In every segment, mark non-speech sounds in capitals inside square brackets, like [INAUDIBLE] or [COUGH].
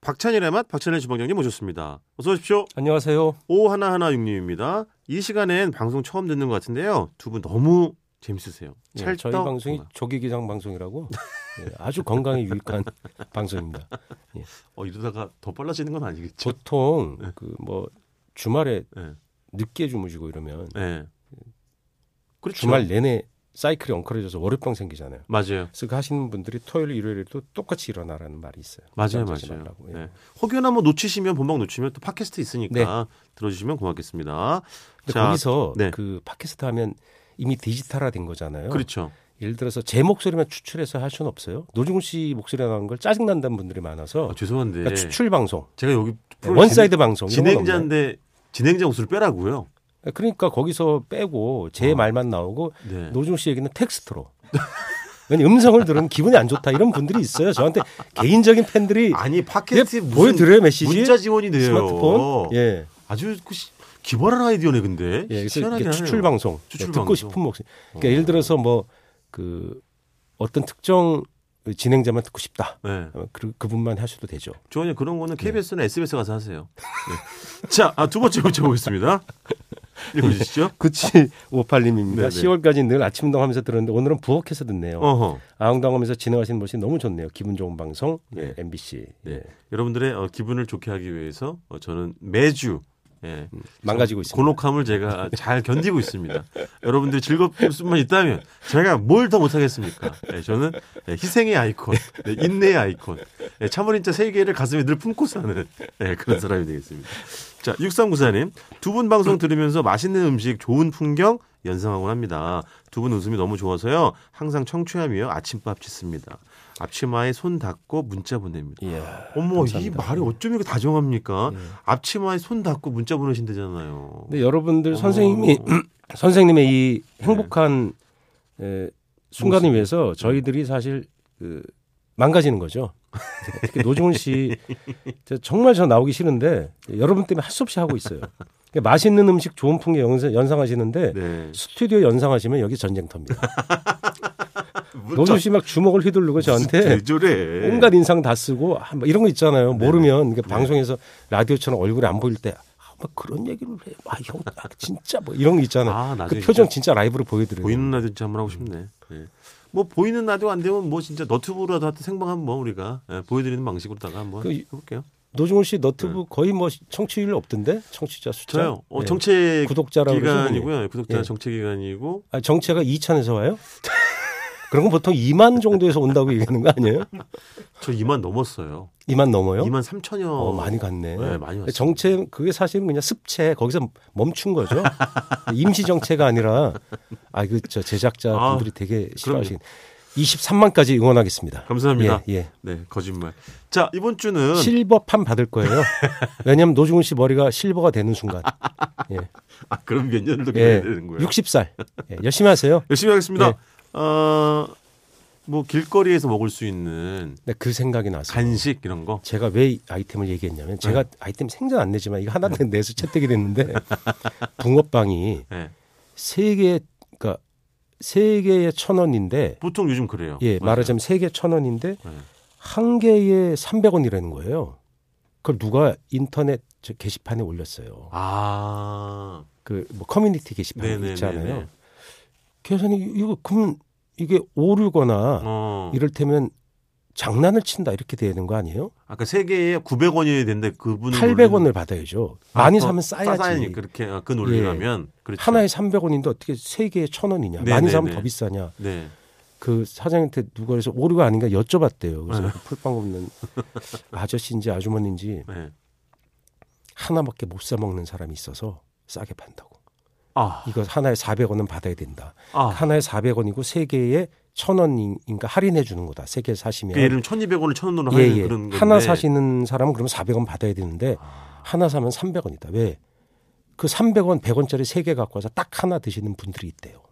박찬일의 맛 박찬일 주방장님 모셨습니다. 어서 오십시오. 안녕하세요. 오 하나하나 육님입니다. 이 시간엔 방송 처음 듣는 것 같은데요. 두 분 너무 재밌으세요. 예, 찰떡 저희 방송이 전화. 조기기상 [LAUGHS] 방송이라고 예, 아주 건강에 유익한 방송입니다. 어 이러다가 더 빨라지는 건 아니겠죠? 보통 그 뭐 주말에 예. 늦게 주무시고 이러면 네. 그렇죠. 주말 내내 사이클이 엉클어져서 월요병 생기잖아요. 맞아요. 그래서 그 하시는 분들이 토요일 일요일에도 똑같이 일어나라는 말이 있어요. 맞아요, 잠자지 맞아요. 말라고. 예. 네. 혹여나 뭐 놓치시면 본방 놓치면 또 팟캐스트 있으니까 들어주시면 고맙겠습니다. 네. 근데 자, 거기서 네. 그 팟캐스트 하면 이미 디지털화된 거잖아요. 그렇죠. 예를 들어서 제 목소리만 추출해서 할 수는 없어요. 노중훈 씨 목소리 나오는 걸 짜증 난다는 분들이 많아서 아, 죄송한데 그러니까 추출 방송, 제가 여기 프로 원사이드 방송 진- 이런 건 없나요? 진행자인데 진행자 옷을 빼라고요. 그러니까 거기서 빼고 제 어. 말만 나오고 네. 노중 씨 얘기는 텍스트로. 왜냐 음성을 들으면 기분이 안 좋다 이런 분들이 있어요. 저한테 개인적인 팬들이 아니 예, 팟캐스트 보여드려요 메시지 문자 지원이 돼요. 스마트폰 예, 아주 그 시- 기발한 아이디어네 근데. 예 그래서 희한하긴 이게 하네요. 추출 방송 추출 예, 듣고 방송. 싶은 목소리 그러니까 예를 들어서 뭐 그 어떤 특정 진행자만 듣고 싶다 네. 어, 그, 그분만 하셔도 되죠 전혀 그런 거는 네. KBS나 SBS 가서 하세요. 네. 자, 아, 두 번째 문자 [LAUGHS] 보겠습니다. 읽어주시죠. 9758님입니다 네네. 10월까지 늘 아침 운동하면서 들었는데 오늘은 부엌에서 듣네요 어허. 아웅다웅하면서 진행하시는 모습이 너무 좋네요 기분 좋은 방송 예, 네. MBC 네. 예, 여러분들의 어, 기분을 좋게 하기 위해서 어, 저는 매주 예, 음, 망가지고 있습니다 곤혹함을 제가 잘 견디고 있습니다. 여러분들이 즐겁을 수만 있다면 제가 뭘 더 못하겠습니까? 예, 저는 예, 희생의 아이콘, 네, 인내의 아이콘, 예, 참을인자 세 개를 가슴에 늘 품고 사는 예, 그런 사람이 되겠습니다. 자, 6394님. 두 분 방송 들으면서 맛있는 음식, 좋은 풍경 연상하곤 합니다. 두 분 웃음이 너무 좋아서요. 항상 청취하며 아침밥 짓습니다. 앞치마에 손 닦고 문자 보냅니다. 예. 어머 이 감사합니다. 말이 어쩜 이렇게 다정합니까? 예. 앞치마에 손 닿고 문자 보내신다잖아요. 근데 여러분들 어머. 선생님이 [CLEARS THROAT] 선생님의 이 행복한 에, 순간을 모습. 네. 위해서 저희들이 사실 그, 망가지는 거죠. 특히 노중훈 [LAUGHS] 씨 저 정말 저 나오기 싫은데 여러분 때문에 할 수 없이 [LAUGHS] 하고 있어요. 그러니까 맛있는 음식, 좋은 풍경 연상, 연상하시는데 네. 스튜디오 연상하시면 여기 전쟁터입니다. 노중 문자 네. 씨 막 주먹을 휘두르고 저한테 대조래. 네. 온갖 인상 다 쓰고 아, 막 이런 거 있잖아요. 네. 모르면 그러니까 방송에서 라디오처럼 얼굴이 안 보일 때 아, 막 그런 얘기를 해. 아, 형, 아, 진짜 뭐 이런 거 있잖아요. 아, 나중에 그 표정 진짜 라이브로 보여드려요. 보이는 라디오 진짜 한번 하고 싶네. 예. 뭐 보이는 라디오 안 되면 뭐 진짜 너튜브라도 하여튼 생방 한번 우리가 예, 보여드리는 방식으로다가 한번 그 이- 해볼게요. 노중훈 씨 너튜브 거의 뭐 청취율 없던데 청취자 숫자. 네. 저요. 어, 예. 정체 구독자라고 그러죠, 기간이고요. 구독자 예. 정체 기간이고 아, 정체가 2천에서 와요? 그런 건 보통 2만 정도에서 온다고 얘기하는 거 아니에요? 저 2만 넘었어요. 2만 넘어요? 2만 3천여. 어, 많이 갔네. 네, 많이 갔어요. 정체 그게 사실은 그냥 습체 거기서 멈춘 거죠. [LAUGHS] 임시 정체가 아니라 아 그 저 제작자분들이 되게 싫어하시는 23만까지 응원하겠습니다. 감사합니다. 예, 예. 네 거짓말. 자 이번 주는 실버판 받을 거예요. 왜냐하면 노중훈 씨 머리가 실버가 되는 순간. [LAUGHS] 예. 아 그럼 몇 년도 기다려야 예. 되는 거예요? 60살. 예, 열심히 하세요. 열심히 하겠습니다. 네. 어, 뭐 길거리에서 먹을 수 있는 네, 그 생각이 나서 간식 이런 거. 제가 왜 이 아이템을 얘기했냐면 제가 네. 아이템 생전 안 내지만 이거 하나 내서 [LAUGHS] 채택이 됐는데 붕어빵이 예. 세 개, 그러니까 세 개에 천 원인데 보통 요즘 그래요. 예, 맞아요. 말하자면 세 개 천 원인데 네. 한 개에 300원이라는 거예요. 그걸 누가 인터넷 저 게시판에 올렸어요. 아, 그 뭐 커뮤니티 게시판 네네네네. 있잖아요. 그래서 아니, 이거 그럼 이게 오르거나 어. 이를테면 장난을 친다 이렇게 되는 거 아니에요? 아까 세 개에 900원이 된데 그분은 800원을 받아야죠. 많이 사면 싸야지. 예. 싸야니 그렇게 아, 그 논리라면 그렇죠. 하나에 300원인데 어떻게 세 개에 1000원이냐. 많이 네네네. 사면 더 비싸냐. 네. 그 사장한테 누가 그래서 오류가 아닌가 여쭤봤대요. 네. 그래서 그 풀빵 [LAUGHS] 없는 아저씨인지 아주머니인지 네. 하나밖에 못 사 먹는 사람이 있어서 싸게 판다고. 아, 이거 하나에 400원은 받아야 된다. 아. 하나에 400원이고 세 개에 1000원인가 할인해 주는 거다. 세 개 사시면. 그 예를 들면 1,200원을 1,000원으로 예, 하는 예. 그런 건데. 하나 사시는 사람은 그럼 400원 받아야 되는데 아. 하나 사면 300원이다. 왜? 그 300원, 100원짜리 세 개 갖고 와서 딱 하나 드시는 분들이 있대요.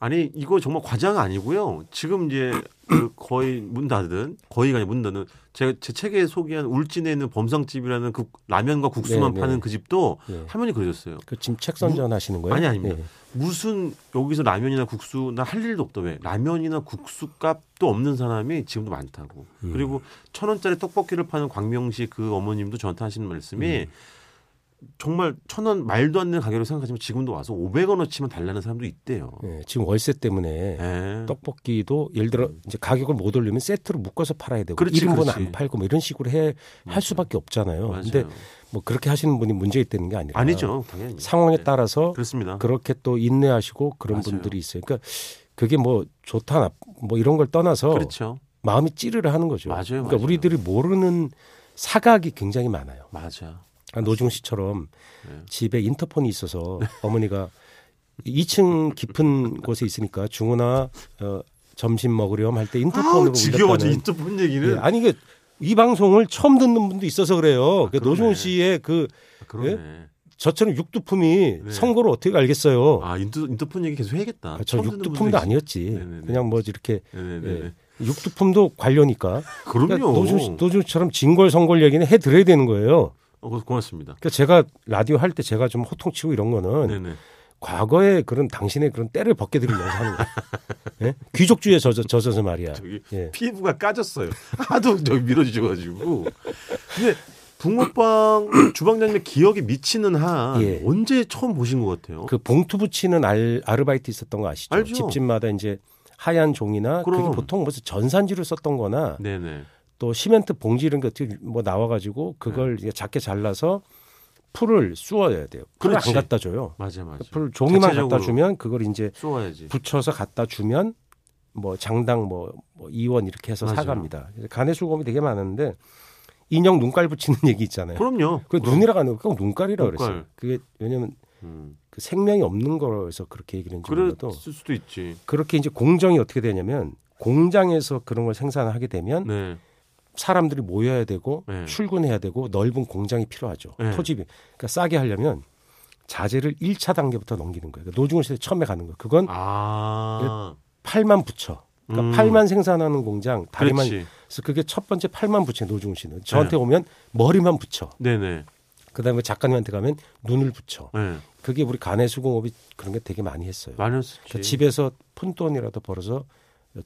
아니 이거 정말 과장 아니고요. 지금 이제 그 거의 문 닫은 거의가 아니라 문 닫은 제가 제 책에 소개한 울진에 있는 범상집이라는 그 라면과 국수만 네, 네. 파는 그 집도 예. 화면이 그려졌어요. 그 지금 책 선전 하시는 거예요? 음? 아니, 아닙니다. 예. 무슨 여기서 라면이나 국수 나 할 일도 없다며 라면이나 국수 값도 없는 사람이 지금도 많다고 음. 그리고 천 원짜리 떡볶이를 파는 광명시 그 어머님도 저한테 하시는 말씀이 음. 정말 천 원 말도 안 되는 가격으로 생각하지만 지금도 와서 500원어치만 달라는 사람도 있대요. 예, 지금 월세 때문에 예. 네. 떡볶이도 예를 들어 이제 가격을 못 올리면 세트로 묶어서 팔아야 되고 음. 그렇지, 1인분 그렇지. 안 팔고 뭐 이런 식으로 해 할 맞아요. 수밖에 없잖아요. 맞아요. 근데 뭐 그렇게 하시는 분이 문제 있다는 게 아니라 아니죠, 당연히. 그러니까 상황에 네. 따라서 그렇습니다. 그렇게 또 인내하시고 그런 맞아요. 분들이 있어요. 그러니까 그게 뭐 좋다 나뭐 이런 걸 떠나서 그렇죠. 마음이 찌르를 하는 거죠. 맞아요, 그러니까 맞아요. 우리들이 모르는 사각이 굉장히 많아요. 맞아. 아, 노중 씨처럼 네. 집에 인터폰이 있어서 어머니가 2층 깊은 곳에 있으니까 중훈아 어, 점심 먹으렴 할 때 인터폰으로 아우 지겨워 네. 저 울렸다는. 인터폰 예, 얘기는. 아니 이게 이 방송을 처음 듣는 분도 있어서 그래요. 아, 그 그러네. 노중 씨의 그 그러네. 저처럼 육두품이 네. 선거를 어떻게 알겠어요? 아 인터 인터폰 얘기 계속 해야겠다. 아, 저 처음 듣는 분도 육두품도 있- 아니었지. 네네네. 그냥 뭐 이렇게 네네네. 예. 육두품도 관료니까. 그러니까 그럼요. 노중 씨, 노중처럼 진골 성골 얘기는 해드려야 되는 거예요. 어, 고맙습니다. 그러니까 제가 라디오 할 때 제가 좀 호통치고 이런 거는 네네. 과거에 그런 당신의 그런 때를 벗겨드리면서 하는 거예요. 예? 귀족주의에 젖어, 젖어서 말이야. 저기 예. 피부가 까졌어요. 하도 저기 밀어주셔가지고. 근데 붕어빵 [CLEARS THROAT] 주방장님 기억이 미치는 한 예. 언제 처음 보신 것 같아요? 그 봉투 붙이는 알, 아르바이트 있었던 거 아시죠? 알죠. 집집마다 이제 하얀 종이나 그 그럼. 게 보통 무슨 전산지를 썼던 거나 네네. 또 시멘트 봉지 이런 게 어떻게 뭐 나와가지고 그걸 네. 이제 작게 잘라서 풀을 쑤어야 돼요. 풀을 그렇지. 안 갖다 줘요. 맞아 맞아. 풀그 종이만 갖다 자체적으로. 주면 그걸 이제 쏘아야지. 붙여서 갖다 주면 뭐 장당 뭐, 뭐 2원 이렇게 해서 맞아요. 사갑니다. 그래서 간의 수공이 되게 많은데 인형 눈깔 붙이는 [LAUGHS] 얘기 있잖아요. 그럼요. 그 눈이라고 하는 거 눈깔이라 고 눈깔. 그랬어요. 그게 왜냐면 음. 그 그 생명이 없는 거라서 그렇게 얘기를 했는지 럴 몰라도 수도 있지. 그렇게 이제 공정이 어떻게 되냐면 공장에서 그런 걸 생산하게 되면 네. 사람들이 모여야 되고 네. 출근해야 되고 넓은 공장이 필요하죠. 네. 토지비. 그러니까 싸게 하려면 자재를 1차 단계부터 넘기는 거예요. 그러니까 노중훈 시대 처음에 가는 거예요. 그건 아. 그 팔만 붙여. 그러니까 음. 팔만 생산하는 공장 다리만 그렇지. 네. 그래서 그게 첫 번째 팔만 붙여 노중훈 씨는 저한테 오면 머리만 붙여. 네네. 그다음에 뭐 작가님한테 가면 눈을 붙여. 네. 그게 우리 간의 수공업이 그런 게 되게 많이 했어요. 많았지. 그러니까 집에서 푼 돈이라도 벌어서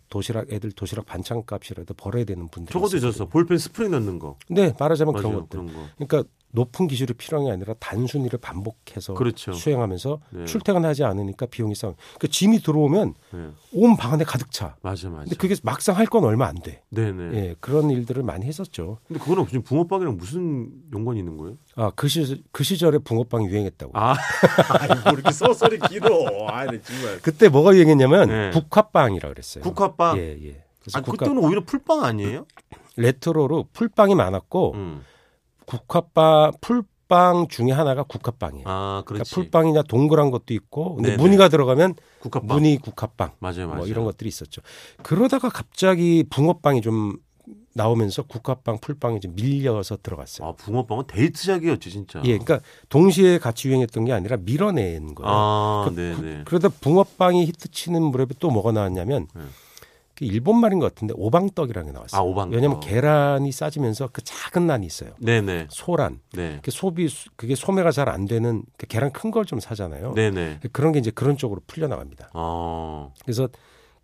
도시락 애들 도시락 반찬값이라도 벌어야 되는 분들. 저것도 있었어. 볼펜 스프링 넣는 거. 네 말하자면 그런 맞아요. 것들. 그런 거. 그러니까 높은 기술이 필요한 게 아니라 단순히를 반복해서 그렇죠. 수행하면서 네. 출퇴근하지 않으니까 비용이 싸. 그 짐이 들어오면 네. 온 방 안에 가득 차. 맞아 맞아. 근데 그게 막상 할 건 얼마 안 돼. 네네. 예, 그런 일들을 많이 했었죠. 근데 그거는 무슨 붕어빵이랑 무슨 연관이 있는 거예요? 아, 그, 시, 그 시절에 붕어빵이 유행했다고. [LAUGHS] 아, 이거 이렇게 서서리 길어. 아, 네, 정말. 그때 뭐가 유행했냐면 네. 국화빵이라고 그랬어요. 국화빵. 예, 예. 그래서 아, 국화, 그때는 오히려 풀빵 아니에요? 레트로로 풀빵이 많았고 음. 국화빵 풀빵 중에 하나가 국화빵이에요. 아, 그러니까 그렇지. 풀빵이나 동그란 것도 있고 근데 네네. 무늬가 들어가면 국화빵. 무늬 국화빵 맞아요, 맞아요. 뭐 이런 것들이 있었죠. 그러다가 갑자기 붕어빵이 좀 나오면서 국화빵, 풀빵이 좀 밀려서 들어갔어요. 아, 붕어빵은 데이트작이었지, 진짜. 예, 그러니까 동시에 같이 유행했던 게 아니라 밀어낸 거예요. 아, 그- 네, 네. 그러다 붕어빵이 히트치는 무렵에 또 뭐가 나왔냐면 네. 그 일본 말인 것 같은데 오방떡이라는 게 나왔어요. 아, 오방떡. 그 왜냐하면 계란이 싸지면서 그 작은 난이 있어요. 네, 네. 소란. 네. 그 소비 수- 그게 소매가 잘 안 되는 그 계란 큰 걸 좀 사잖아요. 네, 네. 그런 게 이제 그런 쪽으로 풀려 나갑니다. 어. 그래서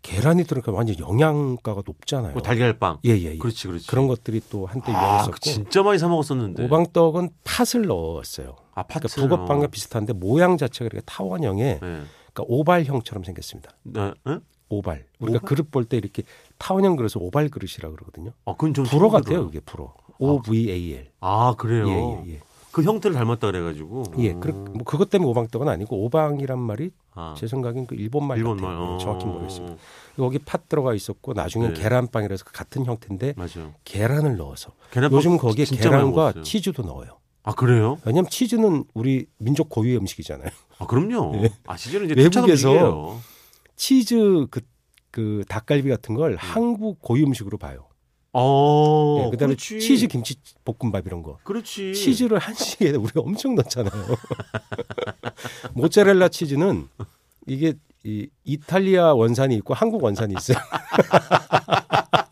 계란이 들어니까 완전 영양가가 높잖아요. 그 달걀빵. 예, 예, 예. 그렇지, 그렇지. 그런 것들이 또 아, 한때 네. 그 유행했었고 진짜 많이 사 먹었었는데. 오방떡은 팥을 넣었어요. 아, 파트. 그러니까 북어빵과 비슷한데 모양 자체가 이렇게 타원형의 네. 그러니까 오발형처럼 생겼습니다. 네. 응? 오발. 우리가 오발? 그릇 볼 때 이렇게 타원형 그릇을 오발 그릇이라 그러거든요. 아, 그건 좀 불어 같아요, 힘들어요. 그게 불어. O V A L. 아, 그래요. 예, 예, 예. 그 형태를 닮았다 그래가지고. 예, 그, 뭐 그것 때문에 오방떡은 아니고 오방이란 말이 아, 제 생각엔 그 일본 말 일본 같아요. 말. 예, 어. 정확히 모르겠습니다. 거기 팥 들어가 있었고 나중엔 네. 계란빵이라서 그 같은 형태인데 맞아요. 계란을 넣어서 계란빵 요즘 거기에 뭐 진짜 많이 계란과 먹었어요. 치즈도 넣어요. 아 그래요? 왜냐하면 치즈는 우리 민족 고유의 음식이잖아요. 아 그럼요. 아 시즌은 이제 예. 외국에서 외국에서 요 치즈 그, 그 닭갈비 같은 걸 한국 고유 음식으로 봐요. 네. 어, 예, 그다음에 그렇지. 치즈 김치 볶음밥 이런 거. 그렇지. 치즈를 한식에 [LAUGHS] 우리 가 엄청 넣잖아요. 모짜렐라 치즈는 이게 이 이 이탈리아 원산이 있고 한국 원산이 있어요.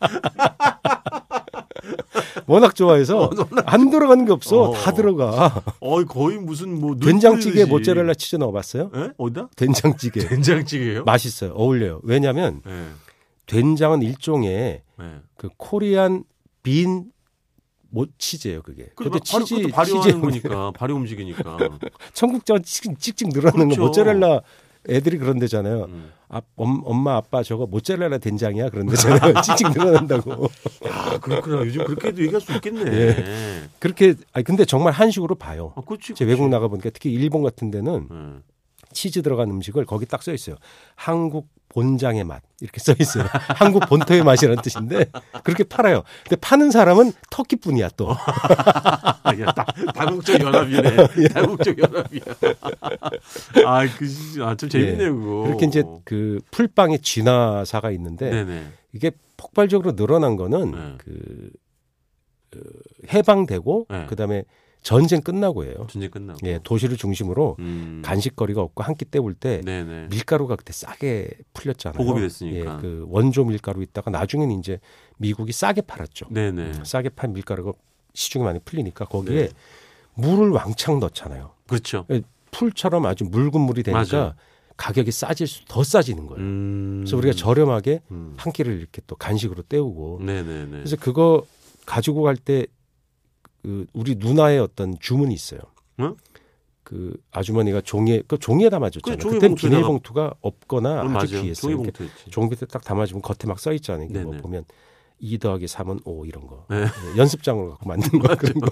[LAUGHS] 워낙 좋아해서 안 들어가는 게 없어. 어. 다 들어가. 어이 거의 무슨 뭐 된장찌개에 눈 뿌리듯이. 모짜렐라 치즈 넣어봤어요? 예? 어디다? [LAUGHS] 된장찌개. 된장찌개요? 맛있어요. 어울려요. 왜냐하면 예. 된장은 일종의 예. 그 코리안 빈 모치즈예요. 그게. 그것 그것도 치즈 발효하는 거니까 발효 음식이니까. [LAUGHS] 청국장 찍- 찍찍 늘어나는 그렇죠. 거 모짜렐라 애들이 그런 데잖아요. 음. 아, 엄, 엄마 아빠 저거 모짜렐라 된장이야 그런 데잖아요. [LAUGHS] 찍찍 늘어난다고. 야 아, 그렇구나. 요즘 그렇게도 얘기할 수 있겠네. 그렇게 아니 근데 정말 한식으로 봐요. 아 그렇지. 예. 제 외국 나가 보니까 특히 일본 같은 데는 예. 치즈 들어간 음식을 거기 딱 써 있어요. 한국 본장의 맛 이렇게 써 있어요. [LAUGHS] 한국 본토의 맛이라는 뜻인데 그렇게 팔아요. 근데 파는 사람은 터키뿐이야 또. 아, 야, 다, 다국적 [LAUGHS] 연합이네. 예. 다국적 연합이야. 아, 아그아참 재밌네요 그거. 예. 그렇게 이제 그 풀빵의 진화사가 있는데 네네. 이게 폭발적으로 늘어난 거는 네. 그, 그 해방되고 네. 그다음에 전쟁 끝나고예요. 전쟁 끝나고. 예, 도시를 중심으로 음. 간식거리가 없고 한 끼 때울 때 네네. 밀가루가 그때 싸게 풀렸잖아요. 보급이 됐으니까. 예, 그 원조 밀가루 있다가 나중에는 이제 미국이 싸게 팔았죠. 네네. 싸게 판 밀가루가 시중에 많이 풀리니까 네. 거기에 물을 왕창 넣잖아요. 그렇죠. 풀처럼 아주 묽은 물이 되니까 맞아요. 가격이 싸질수 더 싸지는 거예요. 음. 그래서 우리가 저렴하게 음. 한 끼를 이렇게 또 간식으로 때우고 네네네. 그래서 그거 가지고 갈 때그 우리 누나의 어떤 주문이 있어요. 응? 그 아주머니가 종이에 그 종이에 담아줬잖아요. 그래, 종이 그땐 봉투에다가. 비닐봉투가 없거나 그건 아주 맞아요. 귀했어요. 이렇게 종이봉투였지. 종이에 딱 담아주면 겉에 막 써 있잖아요. 이게 뭐 네네. 보면 2 더하기 3은 5 이런 거. 네. 예, 연습장으로 갖고 만든 거 그런 거.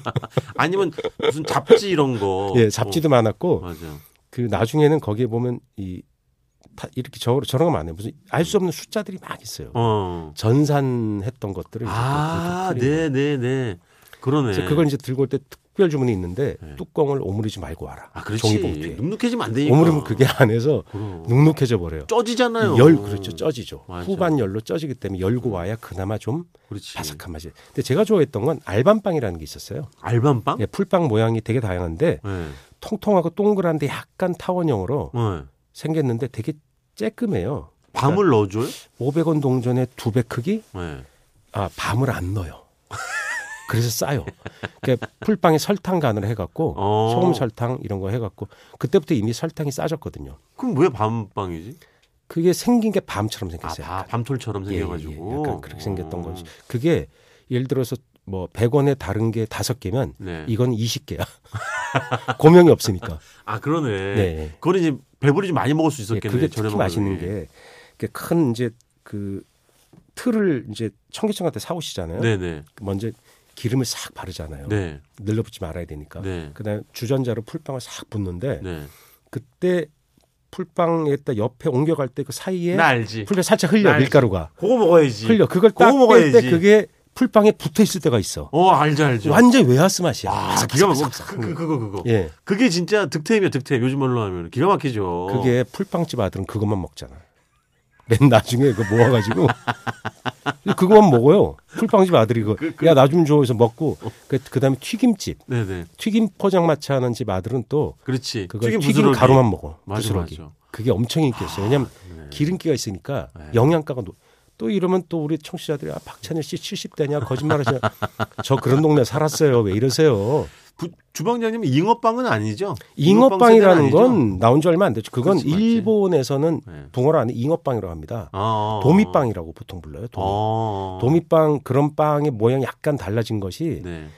아니면 무슨 잡지 이런 거. 예, 잡지도 어, 많았고 맞아. 그 나중에는 거기에 보면 이 다 이렇게 저 저런 거 많아요. 무슨 알 수 없는 숫자들이 막 있어요. 어. 전산했던 것들을 이렇게 아, 또 이렇게 풀이는 네네네. 그러네. 그래서 그걸 이제 들고 올 때 특별 주문이 있는데 네. 뚜껑을 오므리지 말고 와라. 아, 그렇지. 어. 종이봉투에. 눅눅해지면 안 되니까. 오므리면 그게 안에서 그럼. 눅눅해져 버려요. 쪄지잖아요. 열 그렇죠 쪄지죠. 맞아. 후반 열로 쪄지기 때문에 열고 와야 그나마 좀 그렇지. 바삭한 맛이. 근데 제가 좋아했던 건 알밤빵이라는 게 있었어요. 알밤빵? 예, 풀빵 모양이 되게 다양한데 예. 네. 통통하고 동그란데 약간 타원형으로 어. 생겼는데 되게 쬐끔해요. 밤을 넣어줘요? 500원 동전의 두 배 크기? 예. 아 밤을 안 넣어요. 그래서 싸요. 그러니까 풀빵에 설탕 간을 해갖고 어. 소금 설탕 이런 거 해갖고 그때부터 이미 설탕이 싸졌거든요. 그럼 왜 밤빵이지? 그게 생긴 게 아, 밤처럼 생겼어요. 바, 약간. 밤톨처럼 예, 예, 예. 생겨가지고. 약간 그렇게 생겼던 어. 거지. 그게 예를 들어서 뭐 100원에 다른 게 다섯 개면 네. 이건 20개야. [LAUGHS] 고명이 없으니까. 아, 그러네. 네. 그거는 이제 배부르지 많이 먹을 수 예, 있었겠네. 그게 특히 저렴한 맛있는 가격에. 게 이렇게 큰 이제 그 틀을 이제 청계천한테 사오시잖아요. 네네. 먼저 기름을 싹 바르잖아요. 네. 늘러붙지 말아야 되니까. 네. 그다음 에 주전자로 풀빵을 싹 붓는데 네. 그때 풀빵에다 옆에 옮겨갈 때 그 사이에 나 알지. 풀빵 살짝 흘려 날- 밀가루가 그거 먹어야지. 흘려 그걸 그거 딱 뺄 먹어야지. 때 그게 풀빵에 붙어 있을 때가 있어. 어, 알죠, 알죠. 완전 외화스 맛이야. 아, 바삭바삭. 기가 막혀. 그, 그, 그거, 그거. 예, 그게 진짜 득템이야, 득템. 요즘 말로 하면. 기가 막히죠. 그게 풀빵집 아들은 그것만 먹잖아. 맨 나중에 그거 모아가지고 그것만 먹어요. 풀빵집 아들이 그거 그- 어. 야 나 좀 줘해서 먹고 그 그다음에 튀김집 네네. 튀김 포장마차 하는 집 아들은 또 그렇지. 그걸 튀김 튀김, 부스러기. 가루만 먹어. 맞아, 아, 네. 부스러기. 맞아. 그게 엄청 인기였어요. 왜냐하면 기름기가 있으니까 네. 영양가가 높. 또 이러면 또 우리 청취자들이 아, 박찬일 씨 70대냐 거짓말하시냐. [LAUGHS] 저 그런 동네 살았어요. 왜 이러세요? 부- 주방장님 잉어빵은 아니죠? 잉어빵이라는 잉어빵 세대는 아니죠? 건 나온 지 얼마 안 됐죠. 그건 그렇지, 맞지. 일본에서는 네. 붕어를 안에 잉어빵이라고 합니다. 아, 아, 도미빵이라고 보통 불러요. 아, 도미. 아. 도미빵 그런 빵의 모양이 약간 달라진 것이 네.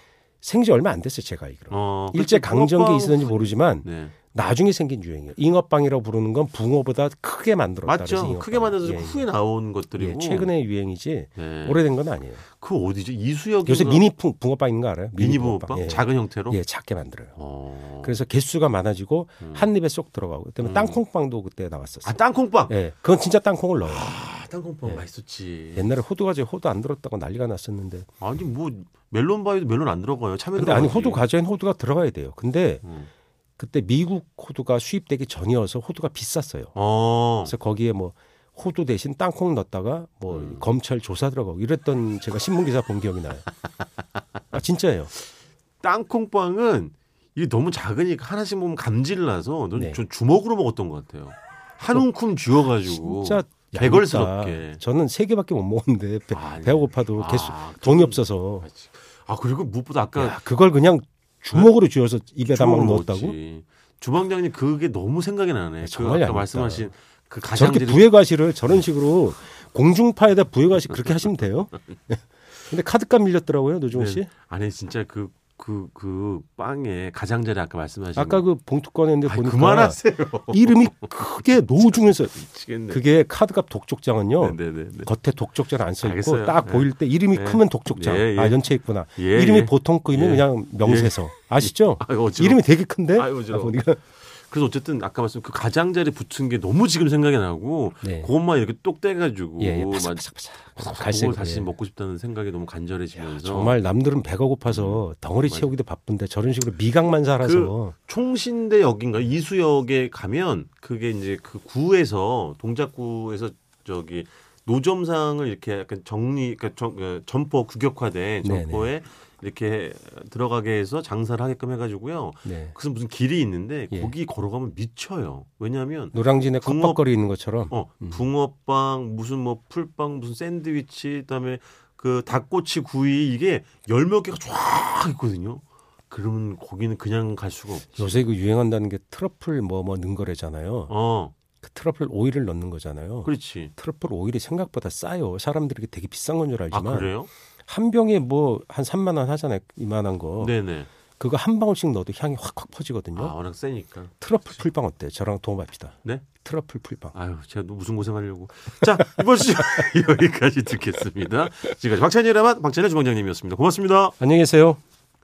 생지 얼마 안 됐어요. 제가 알기로. 어, 일제 강점기 붕어빵- 있었는지 모르지만 네. 나중에 생긴 유행이에요. 잉어빵이라고 부르는 건 붕어보다 크게 만들었다. 그래서 맞죠. 잉어빵. 크게 만들어서 예, 예. 후에 나온 것들이고. 예, 최근의 유행이지 네. 오래된 건 아니에요. 그 어디죠? 이수역 요새 미니 붕- 붕어빵 있는 거 알아요? 미니 붕어빵 예. 작은 형태로. 예, 작게 만들어요. 어. 그래서 개수가 많아지고 한 입에 쏙 들어가고 그다음에 음. 땅콩빵도 그때 나왔었어요. 아 땅콩빵. 예, 그건 진짜 땅콩을 넣어요. 아 땅콩빵 예. 맛있었지. 옛날에 호두 과자에 호두 안 들었다고 난리가 났었는데 아니 뭐 멜론 바이도 멜론 안 들어가요. 참외 근데 들어가. 아니 호두 과자엔 호두가 들어가야 돼요. 근데 음. 그때 미국 호두가 수입되기 전이어서 호두가 비쌌어요. 어. 그래서 거기에 뭐 호두 대신 땅콩 넣었다가 뭐 음. 검찰 조사 들어가고 이랬던 제가 신문 기사 본 기억이 나요. 아 진짜예요. 땅콩빵은 이게 너무 작으니까 하나씩 먹으면 감질 나서 넌 네. 저 주먹으로 먹었던 것 같아요. 한 움큼 쥐어가지고 진짜 개걸스럽게. 얄밉다. 저는 세 개밖에 못 먹었는데 배, 아니. 네. 배가 고파도 개수 아, 돈이 없어서 아 그리고 무엇보다 아까 야, 그걸 그냥 주먹으로 쥐어서 입에다 막 주먹으로 넣었다고? 먹었지. 주방장님 그게 너무 생각이 나네. 그 정말 아까 얄밉다. 말씀하신 그 저렇게 가장들이 부회과시를 저런 식으로 공중파에다 부회과시 그렇게 하시면 [LAUGHS] 돼요. 근데 카드값 밀렸더라고요, 노종 씨. 네. 아니 진짜 그 그 그 빵에 가장자리 아까 말씀하신 아까 그 봉투 꺼냈는데 아 보니까 그만하세요. 이름이 크게 노중에서 미치겠네. 그게 카드값 독촉장은요. 네네네. 겉에 독촉장 안 써 있고 알겠어요. 딱 네. 보일 때 이름이 네. 크면 독촉장. 예, 예. 아 연체 있구나. 예, 이름이 예. 보통 거이면 예. 그냥 명세서. 아시죠? 아, 어지러워. 이름이 되게 큰데. 아유, 어지러워. 아, 보니까 그래서 어쨌든 아까 말씀 그 가장자리 붙은 게 너무 지금 생각이 나고 네. 그것만 이렇게 똑 떼가지고 예, 예. 막 파삭파삭 그거 갈색 다시 예. 먹고 싶다는 생각이 너무 간절해지면서 정말 남들은 배가 고파서 덩어리 음, 맞아. 채우기도 바쁜데 저런 식으로 미각만 살아서 총신대 역인가 이수역에 가면 그게 이제 그 구에서 동작구에서 저기 노점상을 이렇게 약간 정리 그러니까 정, 어, 점포 구격화된 네네. 점포에 이렇게 들어가게 해서 장사를 하게끔 해가지고요. 네. 그래서 무슨 길이 있는데 예. 거기 걸어가면 미쳐요. 왜냐하면 노량진에 붕어- 컵밥거리 있는 것처럼 어 붕어빵 무슨 뭐 풀빵 무슨 샌드위치 그다음에 그 닭꼬치 구이 이게 열 몇 개가 쫙 있거든요. 그러면 거기는 그냥 갈 수가 없죠. 요새 그 유행한다는 게 트러플 뭐 뭐 넣은 거래잖아요. 어 그 트러플 오일을 넣는 거잖아요. 그렇지. 트러플 오일이 생각보다 싸요. 사람들이 이게 되게 비싼 건 줄 아 알지만 그래요? 한 병에 뭐 한 3만 원 하잖아요. 이만한 거. 네네. 그거 한 방울씩 넣어도 향이 확확 아 퍼지거든요. 워낙 세니까. 트러플 풀빵 어때요? 저랑 도움합시다. 네? 트러플 풀빵. 아유 제가 또 무슨 고생하려고. 자 이번 시간 [LAUGHS] 여기까지 듣겠습니다. 지금까지 박찬일의 맛 박찬일 주방장님이었습니다. 고맙습니다. 안녕히 계세요.